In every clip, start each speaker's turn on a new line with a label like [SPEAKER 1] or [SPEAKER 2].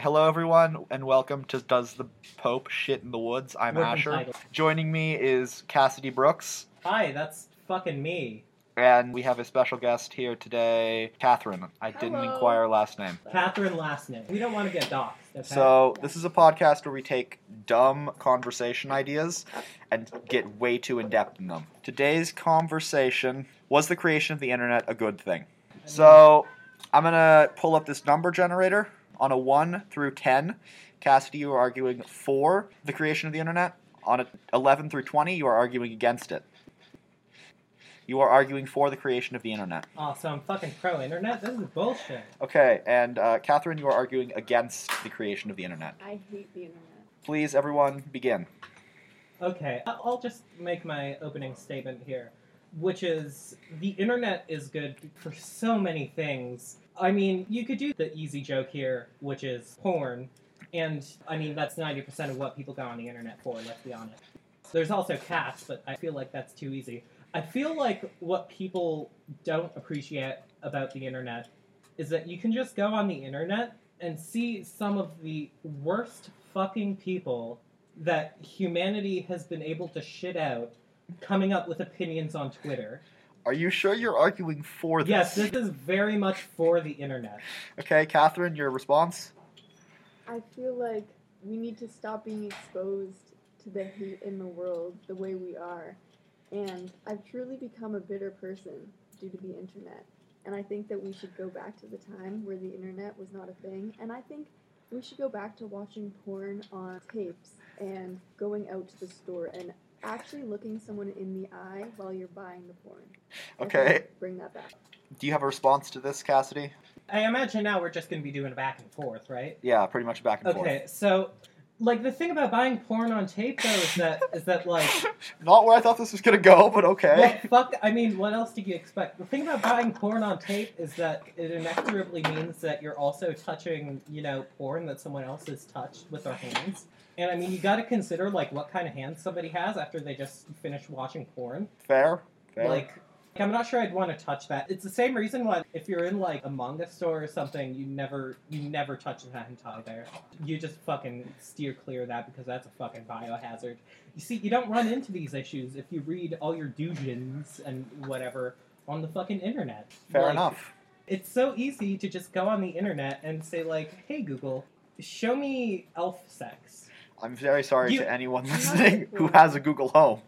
[SPEAKER 1] Hello, everyone, and welcome to Does the Pope Shit in the Woods? I'm
[SPEAKER 2] Working
[SPEAKER 1] Asher.
[SPEAKER 2] title.
[SPEAKER 1] Joining me is Cassidy Brooks,
[SPEAKER 2] Hi, that's fucking me.
[SPEAKER 1] and we have a special guest here today, Catherine. I didn't
[SPEAKER 3] Hello.
[SPEAKER 1] inquire her last name.
[SPEAKER 2] Catherine last name. We don't want to get doxxed. Okay?
[SPEAKER 1] So, this is a podcast where we take dumb conversation ideas and get way too in depth in them. Today's conversation was the creation of the internet a good thing?
[SPEAKER 2] I mean,
[SPEAKER 1] So I'm gonna pull up this number generator on a one through ten. Cassidy, you are arguing for the creation of the internet. On a eleven through twenty, you are arguing against it. You are arguing for the creation of the internet.
[SPEAKER 2] oh, so I'm fucking pro internet. This is bullshit.
[SPEAKER 1] Okay, and uh, Catherine, you are arguing against the creation of the internet.
[SPEAKER 3] I hate the internet.
[SPEAKER 1] Please, everyone, begin.
[SPEAKER 2] Okay, I- I'll just make my opening statement here, which is the internet is good for so many things. I mean, you could do the easy joke here, which is porn, and I mean, that's 90% of what people go on the internet for, let's be honest. There's also cats, but I feel like that's too easy. I feel like what people don't appreciate about the internet is that you can just go on the internet and see some of the worst fucking people that humanity has been able to shit out coming up with opinions on Twitter.
[SPEAKER 1] Are you sure you're arguing for this?
[SPEAKER 2] Yes, this is very much for the internet.
[SPEAKER 1] Okay, Catherine, your response.
[SPEAKER 3] I feel like we need to stop being exposed to the hate in the world the way we are. And I've truly become a bitter person due to the internet. And I think that we should go back to the time where the internet was not a thing. And I think we should go back to watching porn on tapes and going out to the store and actually looking someone in the eye while you're buying the porn. I think
[SPEAKER 1] Okay,
[SPEAKER 3] Bring that back.
[SPEAKER 1] do you have a response to this, Cassidy?
[SPEAKER 2] I imagine now we're just going to be doing back and forth, right?
[SPEAKER 1] Yeah, pretty much back and
[SPEAKER 2] Okay, so like the thing about buying porn on tape though is that is that like
[SPEAKER 1] forth. Not where I thought this was gonna go, but okay.
[SPEAKER 2] well, fuck I mean what else do you expect? The thing about buying porn on tape is that it inexorably means that you're also touching, you know, porn that someone else has touched with their hands. And I mean you got to consider like what kind of hands somebody has after they just finish watching porn.
[SPEAKER 1] Fair. Fair.
[SPEAKER 2] Like, I'm not sure I'd want to touch that. It's the same reason why if you're in like a manga store or something, you never you never touch that hentai there. You just fucking steer clear of that because that's a fucking biohazard. You see, you don't run into these issues if you read all your doujins and whatever on the fucking internet.
[SPEAKER 1] Fair
[SPEAKER 2] Like,
[SPEAKER 1] enough.
[SPEAKER 2] It's so easy to just go on the internet and say like, "Hey Google, show me elf sex."
[SPEAKER 1] I'm very sorry
[SPEAKER 2] You-
[SPEAKER 1] to anyone
[SPEAKER 3] I'm not
[SPEAKER 1] listening who
[SPEAKER 3] cool.
[SPEAKER 1] has a Google Home.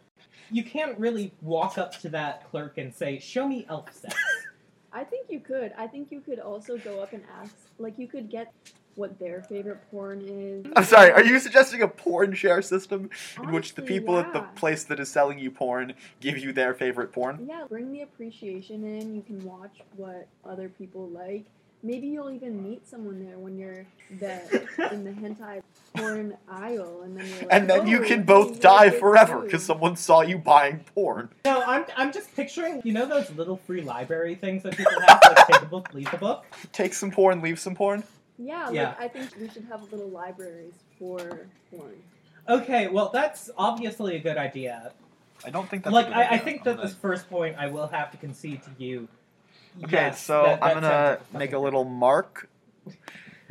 [SPEAKER 2] You can't really walk up to that clerk and say, "Show me elf sex."
[SPEAKER 3] I think you could. I think you could also go up and ask, like, you could get what their favorite porn is.
[SPEAKER 1] I'm sorry, are you suggesting a porn share system in
[SPEAKER 3] Honestly,
[SPEAKER 1] which the people at the
[SPEAKER 3] yeah.
[SPEAKER 1] place that is selling you porn give you their favorite porn?
[SPEAKER 3] Yeah, bring the appreciation in. You can watch what other people like. Maybe you'll even meet someone there when you're the, in the hentai porn aisle, and then you're like,
[SPEAKER 1] And then you
[SPEAKER 3] "Oh,
[SPEAKER 1] can
[SPEAKER 3] hey,
[SPEAKER 1] both
[SPEAKER 3] look,
[SPEAKER 1] die
[SPEAKER 3] it's
[SPEAKER 1] forever
[SPEAKER 3] you."
[SPEAKER 1] because someone saw you buying porn.
[SPEAKER 2] No, I'm, I'm just picturing, you know, those little free library things that people have to like, take a book, leave a book?
[SPEAKER 1] Take some porn, leave some porn.
[SPEAKER 3] Yeah,
[SPEAKER 2] Yeah.
[SPEAKER 3] like I think we should have little libraries for porn.
[SPEAKER 2] Okay, well, that's obviously a good idea.
[SPEAKER 1] I don't think
[SPEAKER 2] like, I, I think that this first point I will have to concede to you.
[SPEAKER 1] Okay,
[SPEAKER 2] Yes,
[SPEAKER 1] so
[SPEAKER 2] that- that
[SPEAKER 1] I'm gonna
[SPEAKER 2] sounds like
[SPEAKER 1] make a
[SPEAKER 2] fucking-
[SPEAKER 1] little mark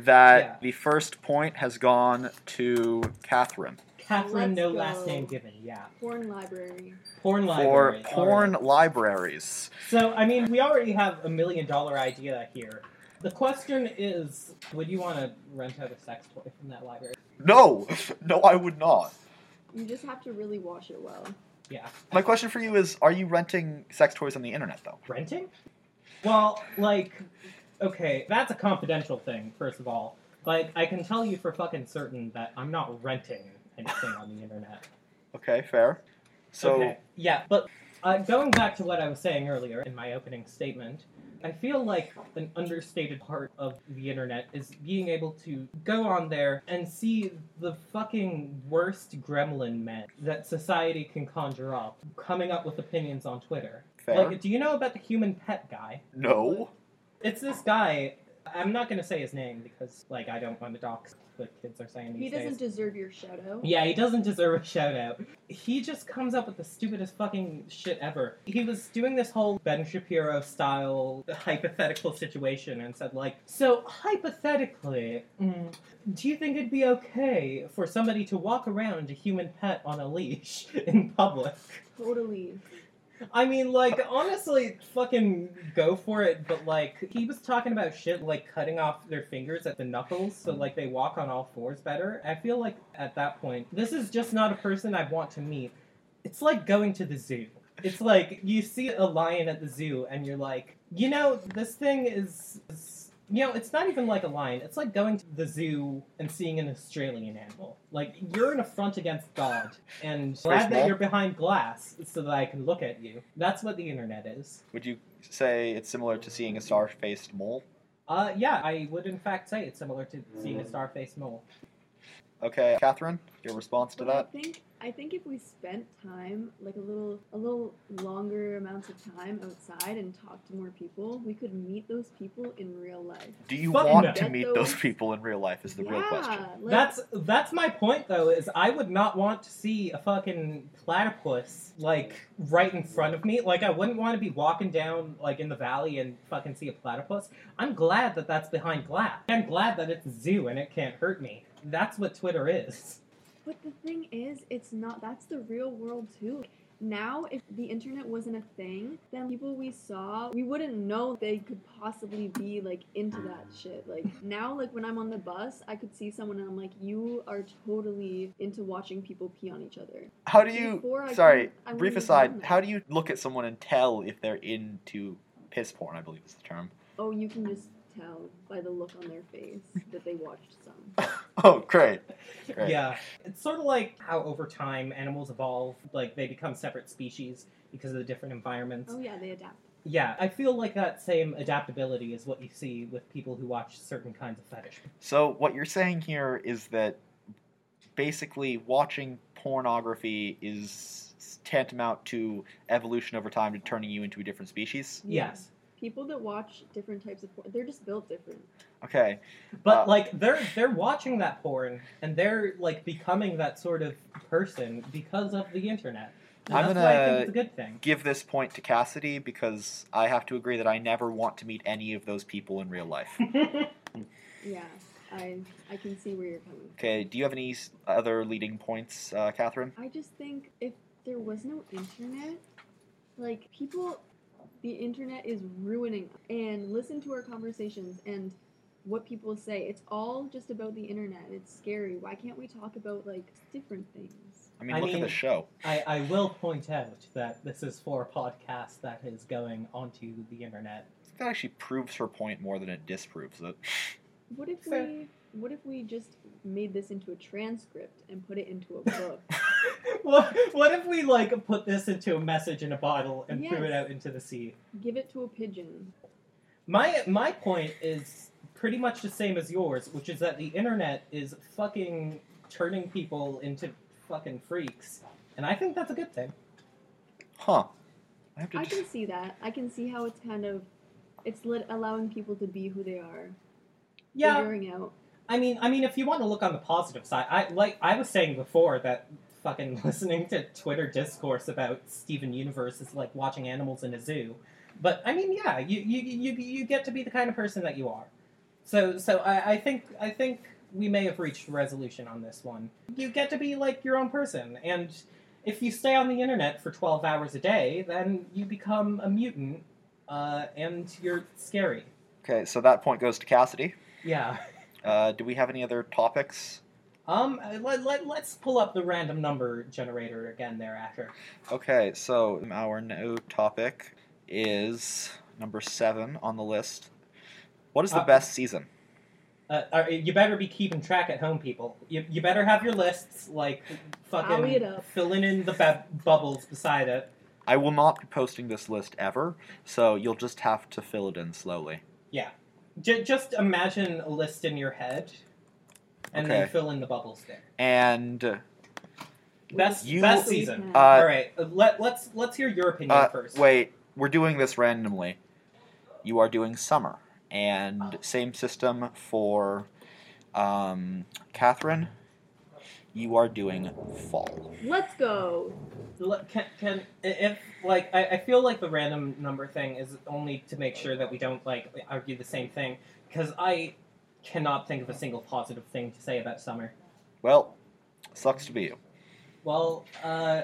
[SPEAKER 1] that
[SPEAKER 2] Yeah.
[SPEAKER 1] the first point has gone to Catherine
[SPEAKER 2] Catherine, no
[SPEAKER 3] Let's go.
[SPEAKER 2] last name given, yeah.
[SPEAKER 3] Porn library.
[SPEAKER 2] Porn
[SPEAKER 1] for
[SPEAKER 2] library.
[SPEAKER 1] porn
[SPEAKER 2] alright.
[SPEAKER 1] libraries.
[SPEAKER 2] So, I mean, we already have a million dollar idea here. The question is would you want to rent out a sex toy from that library?
[SPEAKER 1] No, no, I would not.
[SPEAKER 3] You just have to really wash it well.
[SPEAKER 2] Yeah.
[SPEAKER 1] My question for you is: Are you renting sex toys on the internet, though?
[SPEAKER 2] renting? Well, like, okay, that's a confidential thing, first of all. Like, I can tell you for fucking certain that I'm not renting anything on the internet.
[SPEAKER 1] Okay, fair. So,
[SPEAKER 2] okay. yeah, but uh, going back to what I was saying earlier in my opening statement, I feel like an understated part of the internet is being able to go on there and see the fucking worst gremlin men that society can conjure up coming up with opinions on Twitter.
[SPEAKER 1] fair.
[SPEAKER 2] Like, do you know about the human pet guy?
[SPEAKER 1] no.
[SPEAKER 2] It's this guy I'm not going to say his name because, like, I don't want to dox what kids are saying these
[SPEAKER 3] He doesn't
[SPEAKER 2] days.
[SPEAKER 3] deserve your shout out.
[SPEAKER 2] Yeah, he doesn't deserve a shout out. He just comes up with the stupidest fucking shit ever. He was doing this whole Ben Shapiro style hypothetical situation and said, like, so hypothetically, mm, do you think it'd be okay for somebody to walk around a human pet on a leash in public?
[SPEAKER 3] Totally.
[SPEAKER 2] I mean, like, honestly, fucking go for it, but, like, he was talking about shit like cutting off their fingers at the knuckles so, like, they walk on all fours better. I feel like at that point, this is just not a person I want to meet. It's like going to the zoo. It's like you see a lion at the zoo and you're like, you know, this thing is. is- you know, it's not even like a lion. It's like going to the zoo and seeing an Australian animal. Like, you're an affront against God. And glad that
[SPEAKER 1] small.
[SPEAKER 2] you're behind glass so that I can look at you. That's what the internet is.
[SPEAKER 1] Would you say it's similar to seeing a star-faced mole?
[SPEAKER 2] Uh, yeah, I would in fact say it's similar to seeing a star-faced mole.
[SPEAKER 1] Okay, Catherine, your response to
[SPEAKER 3] But I
[SPEAKER 1] that?
[SPEAKER 3] think I think if we spent time, like a little a little longer amounts of time outside and talked to more people, we could meet those people in real life.
[SPEAKER 1] Do you
[SPEAKER 2] Fuck
[SPEAKER 1] want
[SPEAKER 2] no.
[SPEAKER 1] to meet
[SPEAKER 3] Get
[SPEAKER 1] those
[SPEAKER 3] those-
[SPEAKER 1] people in real life? Is the
[SPEAKER 3] yeah,
[SPEAKER 1] real question.
[SPEAKER 3] like-
[SPEAKER 2] That's that's my point though. Is I would not want to see a fucking platypus like right in front of me. Like I wouldn't want to be walking down like in the valley and fucking see a platypus. I'm glad that that's behind glass. I'm glad that it's a zoo and it can't hurt me. That's what Twitter is.
[SPEAKER 3] But the thing is, it's not. That's the real world too. Now, if the internet wasn't a thing, then people we saw, we wouldn't know they could possibly be like into that shit. Like now, like when I'm on the bus, I could see someone and I'm like, you are totally into watching people pee on each other.
[SPEAKER 1] How do you?
[SPEAKER 3] Before I
[SPEAKER 1] sorry,
[SPEAKER 3] couldn't- I
[SPEAKER 1] brief
[SPEAKER 3] wouldn't have
[SPEAKER 1] aside.
[SPEAKER 3] known that.
[SPEAKER 1] How do you look at someone and tell if they're into piss porn? I believe is the term.
[SPEAKER 3] Oh, you can just tell by the look on their face that they watched some.
[SPEAKER 1] Oh, great. Right.
[SPEAKER 2] Yeah. It's sort of like how over time animals evolve, like they become separate species because of the different environments.
[SPEAKER 3] Oh yeah, they adapt.
[SPEAKER 2] Yeah, I feel like that same adaptability is what you see with people who watch certain kinds of fetish.
[SPEAKER 1] So what you're saying here is that basically watching pornography is tantamount to evolution over time to turning you into a different species.
[SPEAKER 2] Yes.
[SPEAKER 3] People that watch different types of porn, they're just built different.
[SPEAKER 1] Okay.
[SPEAKER 2] But
[SPEAKER 1] Uh,
[SPEAKER 2] like they're they're watching that porn and they're like becoming that sort of person because of the internet. And
[SPEAKER 1] I'm
[SPEAKER 2] that's why I
[SPEAKER 1] gonna-
[SPEAKER 2] think it's a good thing.
[SPEAKER 1] Give this point to Cassidy because I have to agree that I never want to meet any of those people in real life.
[SPEAKER 3] Yeah, I I can see where you're coming from.
[SPEAKER 1] Okay, do you have any s- other leading points, uh, Catherine?
[SPEAKER 3] I just think if there was no internet, like people, the internet is ruining. us. And listen to our conversations and what people say. It's all just about the internet. It's scary. Why can't we talk about like different things?
[SPEAKER 1] I mean,
[SPEAKER 2] I
[SPEAKER 1] look at
[SPEAKER 2] mean-
[SPEAKER 1] the show.
[SPEAKER 2] I, I will point out that this is for a podcast that is going onto the internet.
[SPEAKER 1] That actually proves her point more than it disproves it.
[SPEAKER 3] What if
[SPEAKER 2] Fair.
[SPEAKER 3] we what if we just made this into a transcript and put it into a book?
[SPEAKER 2] what, what if we like put this into a message in a bottle and threw it
[SPEAKER 3] Yes.
[SPEAKER 2] out into the sea?
[SPEAKER 3] Give it to a pigeon.
[SPEAKER 2] My my point is pretty much the same as yours, which is that the internet is fucking turning people into fucking freaks, and I think that's a good thing.
[SPEAKER 1] Huh. I have to
[SPEAKER 3] I
[SPEAKER 1] just...
[SPEAKER 3] can see that. I can see how it's kind of it's lit, allowing people to be who they are.
[SPEAKER 2] Yeah,
[SPEAKER 3] Figuring out
[SPEAKER 2] I mean, I mean, if you want to look on the positive side, I like I was saying before that fucking listening to Twitter discourse about Steven Universe is like watching animals in a zoo. But I mean, yeah, you you you, you get to be the kind of person that you are. So so I, I think I think we may have reached resolution on this one. You get to be like your own person, and if you stay on the internet for twelve hours a day, then you become a mutant, uh, and you're scary.
[SPEAKER 1] Okay, so that point goes to Cassidy.
[SPEAKER 2] Yeah.
[SPEAKER 1] Uh, do we have any other topics?
[SPEAKER 2] Um, let, let, let's pull up the random number generator again there, Asher.
[SPEAKER 1] Okay, so our new topic is number seven on the list. What is the
[SPEAKER 2] Uh,
[SPEAKER 1] best season?
[SPEAKER 2] Uh, uh, you better be keeping track at home, people. You, you better have your lists, like,
[SPEAKER 3] Tally it
[SPEAKER 2] fucking
[SPEAKER 3] up.
[SPEAKER 2] filling in the bu- bubbles beside it.
[SPEAKER 1] I will not be posting this list ever, so you'll just have to fill it in slowly.
[SPEAKER 2] J- just imagine a list in your head, and then
[SPEAKER 1] Okay.
[SPEAKER 2] fill in the bubbles there.
[SPEAKER 1] And uh,
[SPEAKER 2] Best,
[SPEAKER 1] You-
[SPEAKER 2] best season.
[SPEAKER 3] Uh,
[SPEAKER 2] All right, uh, let, let's let's hear your opinion
[SPEAKER 1] uh,
[SPEAKER 2] first.
[SPEAKER 1] wait, we're doing this randomly. You are doing summer, and same system for um, Catherine. You are doing fall.
[SPEAKER 3] Let's go.
[SPEAKER 2] Look, Can, can if like I, I feel like the random number thing is only to make sure that we don't like argue the same thing because I cannot think of a single positive thing to say about summer.
[SPEAKER 1] Well, sucks to be you.
[SPEAKER 2] Well, uh,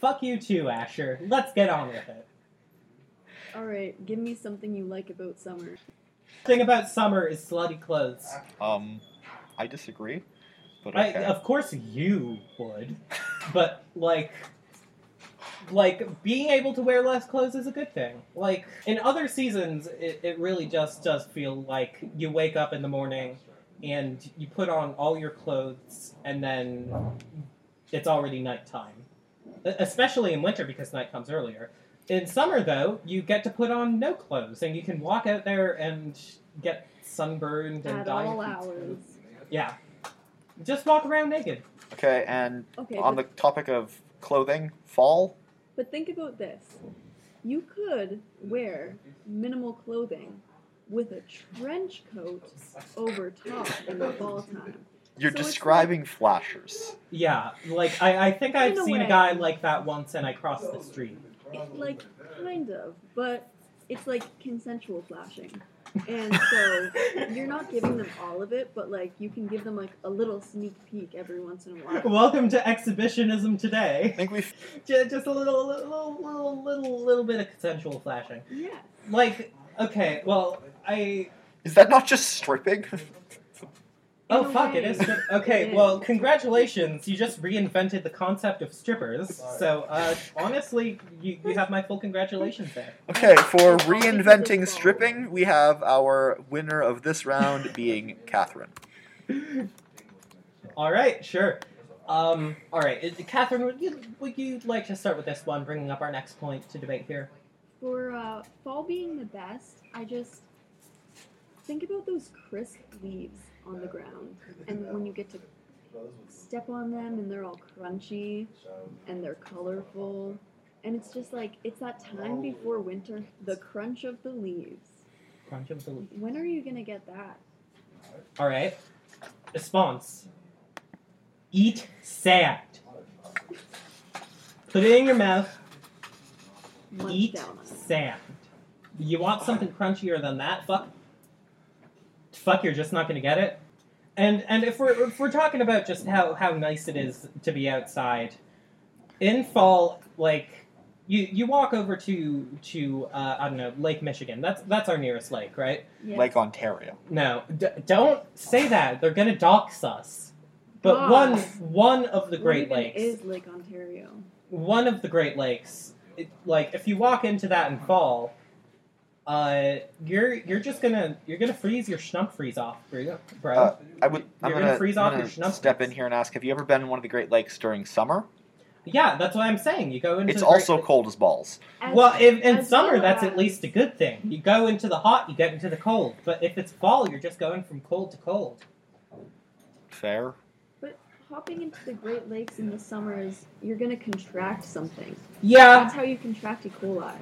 [SPEAKER 2] fuck you too, Asher. Let's get on with it.
[SPEAKER 3] All right, give me something you like about summer.
[SPEAKER 2] Thing about summer is slutty clothes.
[SPEAKER 1] Um, I disagree, but
[SPEAKER 2] I,
[SPEAKER 1] okay.
[SPEAKER 2] of course you would, but like, like being able to wear less clothes is a good thing. Like in other seasons, it, it really just does feel like you wake up in the morning and you put on all your clothes, and then it's already nighttime. E- Especially in winter because night comes earlier. In summer, though, you get to put on no clothes and you can walk out there and get sunburned and
[SPEAKER 3] At
[SPEAKER 2] die
[SPEAKER 3] all
[SPEAKER 2] of heat
[SPEAKER 3] hours.
[SPEAKER 2] stroke. Yeah. Just walk around naked.
[SPEAKER 1] okay, and
[SPEAKER 3] Okay,
[SPEAKER 1] on
[SPEAKER 3] but,
[SPEAKER 1] the topic of clothing, fall.
[SPEAKER 3] but think about this. You could wear minimal clothing with a trench coat over top in the fall time.
[SPEAKER 1] You're
[SPEAKER 3] So it's
[SPEAKER 1] describing flashers.
[SPEAKER 2] Yeah, like I, I think I've
[SPEAKER 3] In a
[SPEAKER 2] seen
[SPEAKER 3] way.
[SPEAKER 2] a guy like that once and I crossed the street.
[SPEAKER 3] It, like, kind of, but it's like consensual flashing. And so you're not giving them all of it, but like you can give them like a little sneak peek every once in a while.
[SPEAKER 2] Welcome to exhibitionism
[SPEAKER 1] I
[SPEAKER 2] today.
[SPEAKER 1] think we've
[SPEAKER 2] J- Just a little, little, little, little, little bit of consensual flashing.
[SPEAKER 3] Yeah.
[SPEAKER 2] Like, okay, well, I.
[SPEAKER 1] Is that not just stripping?
[SPEAKER 2] Oh
[SPEAKER 3] In a
[SPEAKER 2] fuck! It
[SPEAKER 3] way.
[SPEAKER 2] is. Strip- okay,
[SPEAKER 3] It is.
[SPEAKER 2] well, congratulations! You just reinvented the concept of strippers. So, uh, honestly, you, you have my full congratulations there.
[SPEAKER 1] okay, for
[SPEAKER 3] It's all because of fall.
[SPEAKER 1] reinventing stripping, we have our winner of this round being Catherine.
[SPEAKER 2] All right, sure. Um, all right, is- Catherine, would you would you like to start with this one, bringing up our next point to debate here?
[SPEAKER 3] For uh, fall being the best, I just think about those crisp leaves on the ground, and when you get to step on them, and they're all crunchy and they're colorful, and it's just like it's that time before winter, the crunch of the leaves.
[SPEAKER 2] Crunch of the leaf.
[SPEAKER 3] When are you gonna get that?
[SPEAKER 2] All right. Response. Eat sand. Put it in your mouth.
[SPEAKER 3] Munch
[SPEAKER 2] Eat
[SPEAKER 3] down on it.
[SPEAKER 2] sand. You want something crunchier than that? Fuck. Fuck, you're just not gonna get it. And and if we're if we're talking about just how how nice it is to be outside, in fall, like you you walk over to to uh, I don't know Lake Michigan. That's that's our nearest lake, right?
[SPEAKER 3] Yeah.
[SPEAKER 1] Lake Ontario.
[SPEAKER 2] No, d- don't say that. They're gonna dox us. But
[SPEAKER 3] Dox.
[SPEAKER 2] one one of the
[SPEAKER 3] What
[SPEAKER 2] Great
[SPEAKER 3] even
[SPEAKER 2] Lakes,
[SPEAKER 3] is Lake Ontario.
[SPEAKER 2] one of the Great Lakes, it, like if you walk into that and fall, uh, you're you're just gonna you're gonna freeze your schnump freeze off, bro. bro.
[SPEAKER 1] Uh, I would. I'm
[SPEAKER 2] You're
[SPEAKER 1] gonna,
[SPEAKER 2] gonna freeze
[SPEAKER 1] I'm
[SPEAKER 2] off
[SPEAKER 1] gonna
[SPEAKER 2] your schnuff
[SPEAKER 1] step
[SPEAKER 2] nuts.
[SPEAKER 1] in here and ask: Have you ever been in one of the Great Lakes during summer?
[SPEAKER 2] yeah, that's what I'm saying. You go into
[SPEAKER 1] It's
[SPEAKER 2] the Great
[SPEAKER 1] also cold as balls.
[SPEAKER 3] As-
[SPEAKER 2] well in, in
[SPEAKER 3] as
[SPEAKER 2] summer.
[SPEAKER 3] well
[SPEAKER 2] That's
[SPEAKER 3] as-
[SPEAKER 2] at least a good thing. You go into the hot, you get into the cold. But if it's fall, you're just going from cold to cold.
[SPEAKER 1] Fair.
[SPEAKER 3] But hopping into the Great Lakes in the summer is you're gonna contract something.
[SPEAKER 2] Yeah,
[SPEAKER 3] That's how you contract E. coli.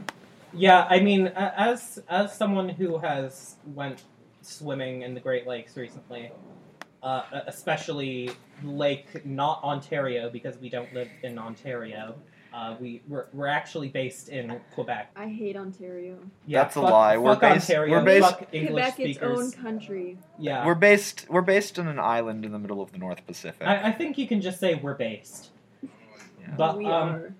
[SPEAKER 2] Yeah, I mean, a- as as someone who has went swimming in the Great Lakes recently, uh, especially Lake not Ontario because we don't live in Ontario. Uh, we we're, we're actually based in Quebec.
[SPEAKER 3] I hate Ontario.
[SPEAKER 2] Yeah,
[SPEAKER 1] That's a
[SPEAKER 2] fuck-
[SPEAKER 1] lie. We're
[SPEAKER 2] fuck
[SPEAKER 1] based-
[SPEAKER 2] Ontario,
[SPEAKER 1] we're based-
[SPEAKER 2] fuck English
[SPEAKER 3] Quebec, its
[SPEAKER 2] speakers.
[SPEAKER 3] own country.
[SPEAKER 2] Yeah,
[SPEAKER 1] We're based. We're based on an island in the middle of the North Pacific.
[SPEAKER 2] I, I think you can just say we're based.
[SPEAKER 1] Yeah.
[SPEAKER 2] But
[SPEAKER 3] we
[SPEAKER 2] um,
[SPEAKER 3] are.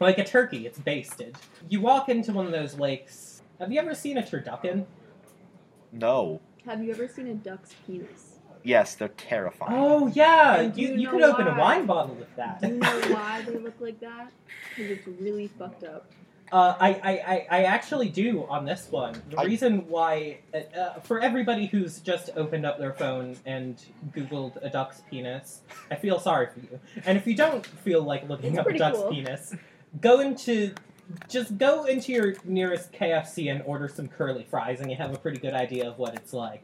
[SPEAKER 2] like a turkey, it's basted. You walk into one of those lakes. Have you ever seen a turducken?
[SPEAKER 1] no.
[SPEAKER 3] Have you ever seen a duck's penis?
[SPEAKER 1] Yes, they're terrifying.
[SPEAKER 2] Oh yeah,
[SPEAKER 3] I do
[SPEAKER 2] you, you
[SPEAKER 3] know
[SPEAKER 2] could open a
[SPEAKER 3] why.
[SPEAKER 2] wine bottle with that.
[SPEAKER 3] Do you know why they look like that? Because it's really fucked up.
[SPEAKER 2] Uh, I, I, I, I actually do on this one. The
[SPEAKER 1] I-
[SPEAKER 2] reason why, uh, uh, for everybody who's just opened up their phone and Googled a duck's penis, I feel sorry for you. And if you don't feel like looking
[SPEAKER 3] It's
[SPEAKER 2] up a
[SPEAKER 3] pretty
[SPEAKER 2] duck's
[SPEAKER 3] cool.
[SPEAKER 2] penis, go into, just go into your nearest KFC and order some curly fries, and you have a pretty good idea of what it's like.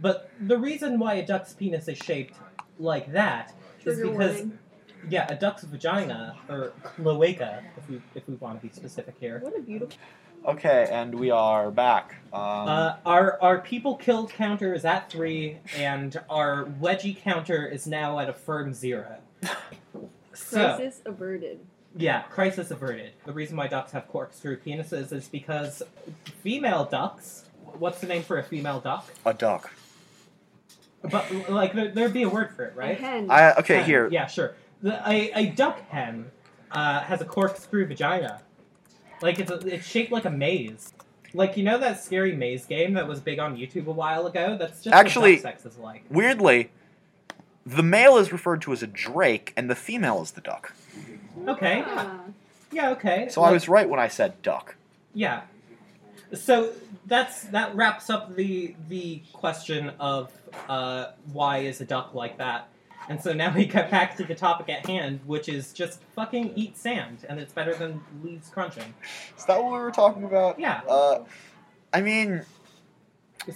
[SPEAKER 2] But the reason why a duck's penis is shaped like that is
[SPEAKER 3] Trigger
[SPEAKER 2] because
[SPEAKER 3] warning.
[SPEAKER 2] yeah, a duck's vagina or cloaca, if we if we want to be specific here.
[SPEAKER 3] What a beautiful.
[SPEAKER 1] Okay, and we are back. Um,
[SPEAKER 2] Uh, our our people killed counter is at three, and our wedgie counter is now at a firm zero. So
[SPEAKER 3] Crisis averted.
[SPEAKER 2] yeah, crisis averted. The reason why ducks have corkscrew penises is because female ducks. What's the name for a female duck?
[SPEAKER 1] a duck.
[SPEAKER 2] But like there, there'd be a word for it,
[SPEAKER 3] A
[SPEAKER 2] right?
[SPEAKER 3] hen.
[SPEAKER 1] I, uh, okay,
[SPEAKER 2] Hen.
[SPEAKER 1] here.
[SPEAKER 2] uh, Yeah, sure. The, a, a duck hen uh, has a corkscrew vagina. Like it's, a, it's shaped like a maze. Like you know that scary maze game that was big on YouTube a while ago. That's just
[SPEAKER 1] Actually-
[SPEAKER 2] what duck sex is like.
[SPEAKER 1] Weirdly, the male is referred to as a drake, and the female is the duck.
[SPEAKER 2] okay.
[SPEAKER 3] Ah,
[SPEAKER 2] Yeah. Okay.
[SPEAKER 1] So I
[SPEAKER 2] Like-
[SPEAKER 1] was right when I said duck.
[SPEAKER 2] Yeah. So that's that wraps up the the question of uh, why is a duck like that. And so now we get back to the topic at hand, which is just fucking eat sand, and it's better than leaves crunching.
[SPEAKER 1] Is that what we were talking about?
[SPEAKER 2] Yeah.
[SPEAKER 1] Uh, I mean,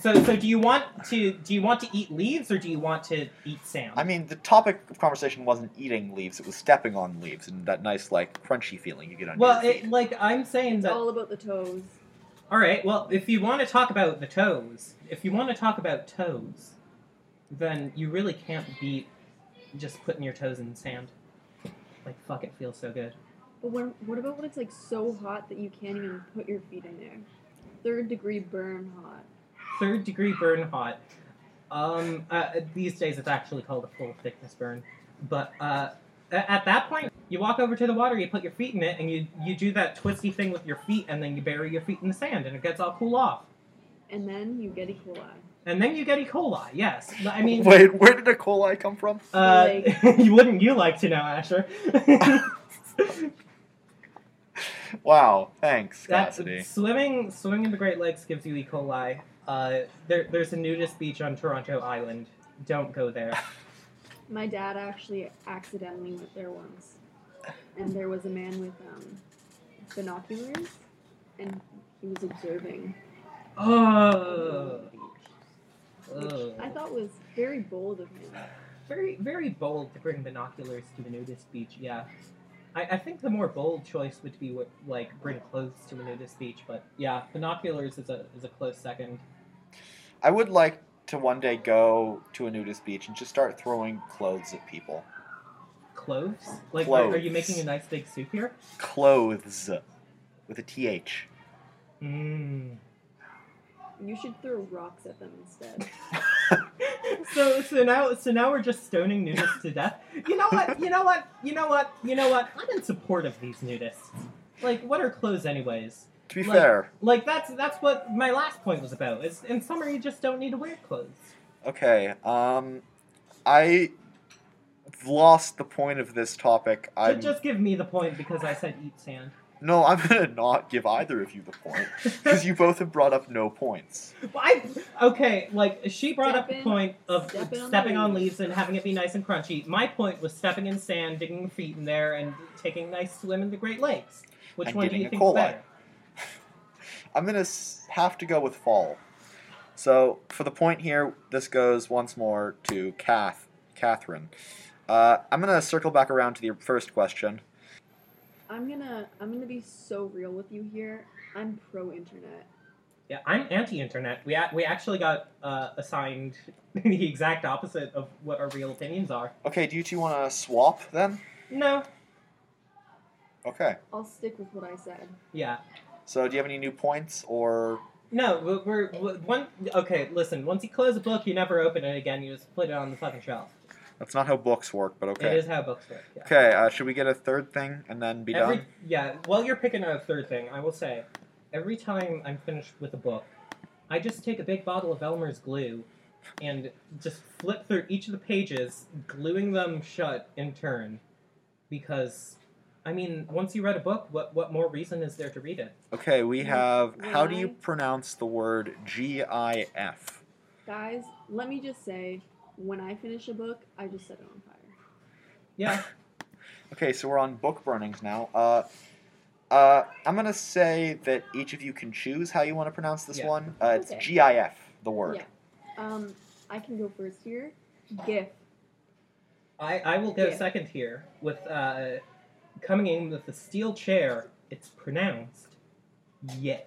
[SPEAKER 2] So so do you want to do you want to eat leaves or do you want to eat sand?
[SPEAKER 1] I mean, the topic of conversation wasn't eating leaves; it was stepping on leaves, and that nice, like, crunchy feeling you get on
[SPEAKER 2] well,
[SPEAKER 1] your
[SPEAKER 2] it,
[SPEAKER 1] feet.
[SPEAKER 2] like I'm saying
[SPEAKER 3] it's
[SPEAKER 2] that.
[SPEAKER 3] all about the toes.
[SPEAKER 2] All right. Well, if you want to talk about the toes, if you want to talk about toes, then you really can't beat just putting your toes in sand. Like fuck, it feels so good.
[SPEAKER 3] But what, what about when it's like so hot that you can't even put your feet in there? Third degree burn hot.
[SPEAKER 2] Third degree burn hot. Um, uh, these days it's actually called a full thickness burn. But uh, a- at that point, you walk over to the water, you put your feet in it, and you you do that twisty thing with your feet, and then you bury your feet in the sand, and it gets all cool off.
[SPEAKER 3] And then you get E. coli.
[SPEAKER 2] And then you get E. coli. Yes, But I mean.
[SPEAKER 1] wait, where did E. coli come from?
[SPEAKER 2] Uh, you wouldn't you like to know, Asher?
[SPEAKER 1] Wow, thanks,
[SPEAKER 2] That's
[SPEAKER 1] Cassidy.
[SPEAKER 2] swimming. Swimming in the Great Lakes gives you E. coli. Uh, there, there's a nudist beach on Toronto Island. Don't go there.
[SPEAKER 3] My dad actually accidentally went there once, and there was a man with um, binoculars, and he was observing.
[SPEAKER 2] Oh,
[SPEAKER 3] which I thought was very bold of him.
[SPEAKER 2] very, very bold to bring binoculars to the nudist beach. Yeah, I, I think the more bold choice would be what, like bring clothes to the nudist beach. But yeah, binoculars is a is a close second.
[SPEAKER 1] I would like to one day go to a nudist beach and just start throwing clothes at people.
[SPEAKER 2] Cloves? Like, are you
[SPEAKER 1] Cloves.
[SPEAKER 2] making a nice big soup here?
[SPEAKER 1] Clothes with a th.
[SPEAKER 2] Mm.
[SPEAKER 3] You should throw rocks at them instead.
[SPEAKER 2] so so now so now we're just stoning nudists to death. You know what? You know what? You know what? You know what? I'm in support of these nudists. Like, what are clothes anyways?
[SPEAKER 1] To be
[SPEAKER 2] Like-
[SPEAKER 1] fair,
[SPEAKER 2] Like that's that's what my last point was about. Is in summer you just don't need to wear clothes.
[SPEAKER 1] okay. Um, I lost the point of this topic.
[SPEAKER 2] Ju-
[SPEAKER 1] I
[SPEAKER 2] Just give me the point because I said eat sand.
[SPEAKER 1] no, I'm gonna not give either of you the point because you both have brought up no points.
[SPEAKER 2] Well, I, okay, like she brought up the
[SPEAKER 3] Stepping-
[SPEAKER 2] point of
[SPEAKER 3] stepping on the
[SPEAKER 2] stepping on
[SPEAKER 3] leaves.
[SPEAKER 2] leaves and having it be nice and crunchy. My point was stepping in sand, digging your feet in there, and taking a nice swim in the Great Lakes. Which
[SPEAKER 1] And
[SPEAKER 2] one do
[SPEAKER 1] getting
[SPEAKER 2] you
[SPEAKER 1] E.
[SPEAKER 2] think
[SPEAKER 1] coli.
[SPEAKER 2] is better?
[SPEAKER 1] I'm gonna s- have to go with fall. So for the point here, this goes once more to Kath, Catherine. Uh, I'm gonna circle back around to the first question.
[SPEAKER 3] I'm gonna I'm gonna be so real with you here. I'm pro internet.
[SPEAKER 2] Yeah, I'm anti-internet. We a- we actually got uh, assigned the exact opposite of what our real opinions are.
[SPEAKER 1] Okay, do you two want to swap then?
[SPEAKER 2] No,
[SPEAKER 1] Okay.
[SPEAKER 3] I'll stick with what I said.
[SPEAKER 2] yeah,
[SPEAKER 1] So do you have any new points or?
[SPEAKER 2] no. We're, we're, we one. Okay, listen. Once you close a book, you never open it again. You just put it on the fucking shelf.
[SPEAKER 1] That's not how books work, but okay.
[SPEAKER 2] It is how books work. Yeah.
[SPEAKER 1] Okay, uh, should we get a third thing and then be
[SPEAKER 2] Every,
[SPEAKER 1] done?
[SPEAKER 2] yeah, while you're picking out a third thing, I will say, every time I'm finished with a book, I just take a big bottle of Elmer's glue and just flip through each of the pages, gluing them shut in turn. Because, I mean, once you read a book, what, what more reason is there to read it?
[SPEAKER 1] Okay,
[SPEAKER 2] Mm,
[SPEAKER 1] we have. How do you
[SPEAKER 3] Why?
[SPEAKER 1] pronounce the word G I F?
[SPEAKER 3] Guys, let me just say, when I finish a book, I just set it on fire.
[SPEAKER 2] Yeah,
[SPEAKER 1] Okay, so we're on book burnings now. Uh, uh, I'm gonna say that each of you can choose how you want to pronounce this
[SPEAKER 2] Yeah.
[SPEAKER 1] one. Uh, it's
[SPEAKER 3] Okay.
[SPEAKER 1] G I F, the word.
[SPEAKER 3] Yeah. Um, I can go first here. GIF.
[SPEAKER 2] I, I will go
[SPEAKER 3] Yeah.
[SPEAKER 2] second here with uh, coming in with a steel chair. It's pronounced Yif.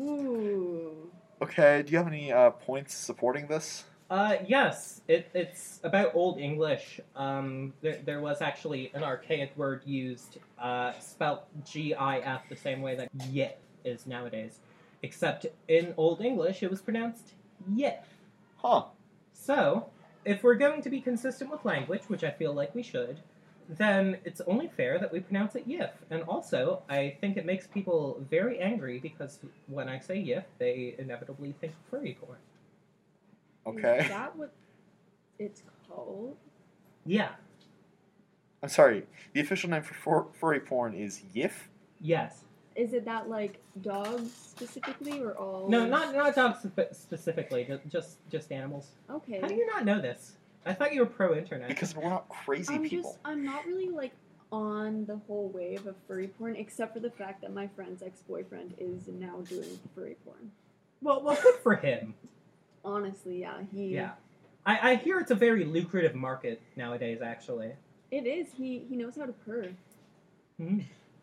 [SPEAKER 3] Ooh.
[SPEAKER 1] Okay, do you have any uh, points supporting this?
[SPEAKER 2] Uh, yes, it, it's about Old English. Um, there, there was actually an archaic word used, uh, spelt G-I-F the same way that yit is nowadays. Except in Old English, it was pronounced yit.
[SPEAKER 1] Huh.
[SPEAKER 2] So, if we're going to be consistent with language, which I feel like we should, then it's only fair that we pronounce it yif. And also, I think it makes people very angry because when I say yif, they inevitably think furry porn.
[SPEAKER 1] Okay.
[SPEAKER 3] Is that what it's called?
[SPEAKER 2] Yeah.
[SPEAKER 1] I'm sorry. The official name for fur- furry porn is Yif.
[SPEAKER 2] Yes.
[SPEAKER 3] Is it that like dogs specifically or all?
[SPEAKER 2] No, not not dogs spe- specifically. ju- Just just animals.
[SPEAKER 3] Okay.
[SPEAKER 2] How do you not know this? I thought you were pro internet.
[SPEAKER 1] Because we're not crazy
[SPEAKER 3] I'm
[SPEAKER 1] people.
[SPEAKER 3] just I'm not really like on the whole wave of furry porn, except for the fact that my friend's ex-boyfriend is now doing furry porn.
[SPEAKER 2] Well, well, good for him.
[SPEAKER 3] Honestly, yeah, he
[SPEAKER 2] Yeah. I, I hear it's a very lucrative market nowadays. Actually.
[SPEAKER 3] it is. He he knows how to purr.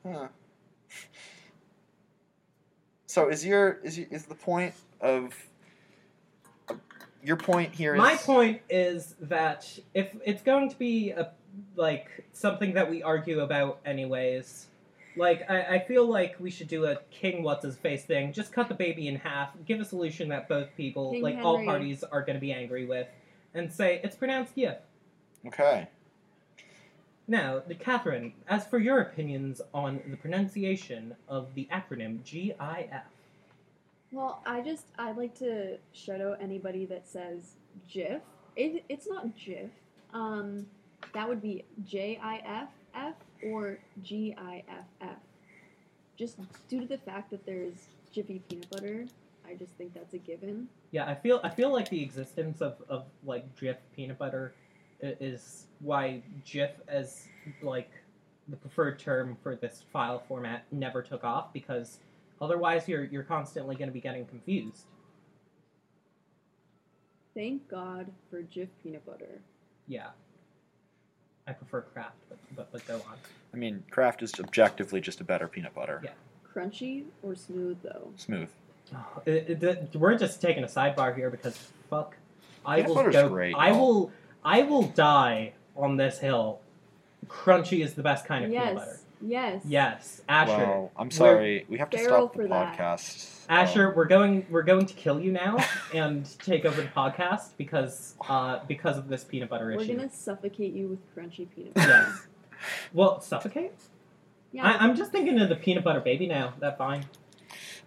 [SPEAKER 1] Huh. So is your is your, is the point of of- your point here is
[SPEAKER 2] My point is that if it's going to be a like something that we argue about anyways, like I, I feel like we should do a king what's his face thing. Just cut the baby in half, give a solution that both people,
[SPEAKER 3] King
[SPEAKER 2] like all
[SPEAKER 3] Henry.
[SPEAKER 2] parties, are going to be angry with, and say it's pronounced yeah.
[SPEAKER 1] okay.
[SPEAKER 2] Now, the Catherine, as for your opinions on the pronunciation of the acronym GIF,
[SPEAKER 3] Well, I just I like to shadow anybody that says GIF. It, it's not GIF. Um, that would be J I F F or G I F F. Just due to the fact that there's Jiffy peanut butter, I just think that's a given.
[SPEAKER 2] yeah, I feel I feel like the existence of, of like GIF peanut butter i- is why GIF as like the preferred term for this file format never took off because otherwise you're you're constantly going to be getting confused.
[SPEAKER 3] Thank God for Jif peanut butter.
[SPEAKER 2] Yeah, I prefer craft, but but, but go on.
[SPEAKER 1] I mean, craft is objectively just a better peanut butter.
[SPEAKER 2] Yeah.
[SPEAKER 3] Crunchy or smooth though.
[SPEAKER 1] Smooth.
[SPEAKER 2] Oh, it- it- we're just taking a sidebar here because fuck, I
[SPEAKER 1] Peanut
[SPEAKER 2] will
[SPEAKER 1] butter's
[SPEAKER 2] go.
[SPEAKER 1] great,
[SPEAKER 2] I
[SPEAKER 1] y'all.
[SPEAKER 2] will. I will die on this hill. Crunchy is the best kind of peanut butter.
[SPEAKER 3] Yes, yes.
[SPEAKER 2] Yes, Asher.
[SPEAKER 1] Well, I'm sorry. We have to
[SPEAKER 3] feral
[SPEAKER 1] stop the
[SPEAKER 3] for that.
[SPEAKER 1] podcast.
[SPEAKER 2] Asher,
[SPEAKER 1] Um,
[SPEAKER 2] we're going. We're going to kill you now and take over the podcast because uh, because of this peanut butter
[SPEAKER 3] We're
[SPEAKER 2] issue.
[SPEAKER 3] gonna suffocate you with crunchy peanut butter.
[SPEAKER 2] Yes. well, suffocate.
[SPEAKER 3] Yeah.
[SPEAKER 2] I, I'm just thinking of the peanut butter baby now. That vine.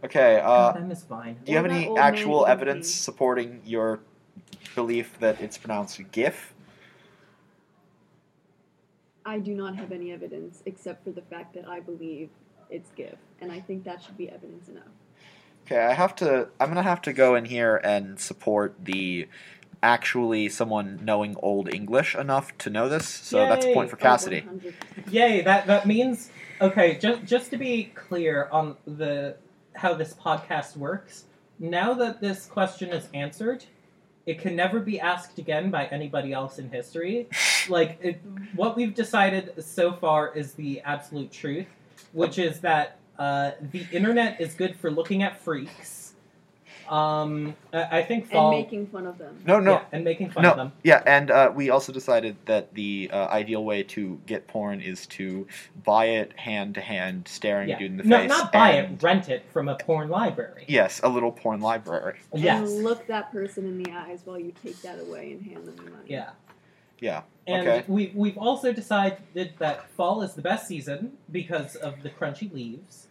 [SPEAKER 1] okay. Uh,
[SPEAKER 2] God, I miss vine.
[SPEAKER 1] do you have
[SPEAKER 3] What
[SPEAKER 1] any
[SPEAKER 3] about old man
[SPEAKER 1] actual
[SPEAKER 3] Yogi?
[SPEAKER 1] evidence supporting your belief that it's pronounced GIF?
[SPEAKER 3] I do not have any evidence except for the fact that I believe it's GIF, and I think that should be evidence enough.
[SPEAKER 1] Okay, I have to. I'm gonna have to go in here and support the actually someone knowing Old English enough to know this. So that's a
[SPEAKER 2] Yay.
[SPEAKER 1] point for
[SPEAKER 3] Oh,
[SPEAKER 1] Cassidy.
[SPEAKER 3] 100%.
[SPEAKER 2] Yay, that that means okay, just just to be clear on the how this podcast works, now that this question is answered, it can never be asked again by anybody else in history. Like it, what we've decided so far is the absolute truth, which is that uh, the internet is good for looking at freaks. Um, I, I think
[SPEAKER 3] And
[SPEAKER 2] fall
[SPEAKER 3] making fun of them.
[SPEAKER 1] No, no,
[SPEAKER 2] yeah, and making fun
[SPEAKER 1] no.
[SPEAKER 2] of them.
[SPEAKER 1] yeah, and uh, we also decided that the uh, ideal way to get porn is to buy it hand to hand, staring
[SPEAKER 2] Yeah.
[SPEAKER 1] a dude in the
[SPEAKER 2] no,
[SPEAKER 1] face.
[SPEAKER 2] not buy
[SPEAKER 1] and-
[SPEAKER 2] it, rent it from a porn library.
[SPEAKER 1] Yes, a little porn library.
[SPEAKER 2] Yes.
[SPEAKER 3] And look that person in the eyes while you take that away and hand them the money.
[SPEAKER 2] Yeah.
[SPEAKER 1] Yeah,
[SPEAKER 2] And
[SPEAKER 1] okay.
[SPEAKER 2] we, we've also decided that fall is the best season because of the crunchy leaves.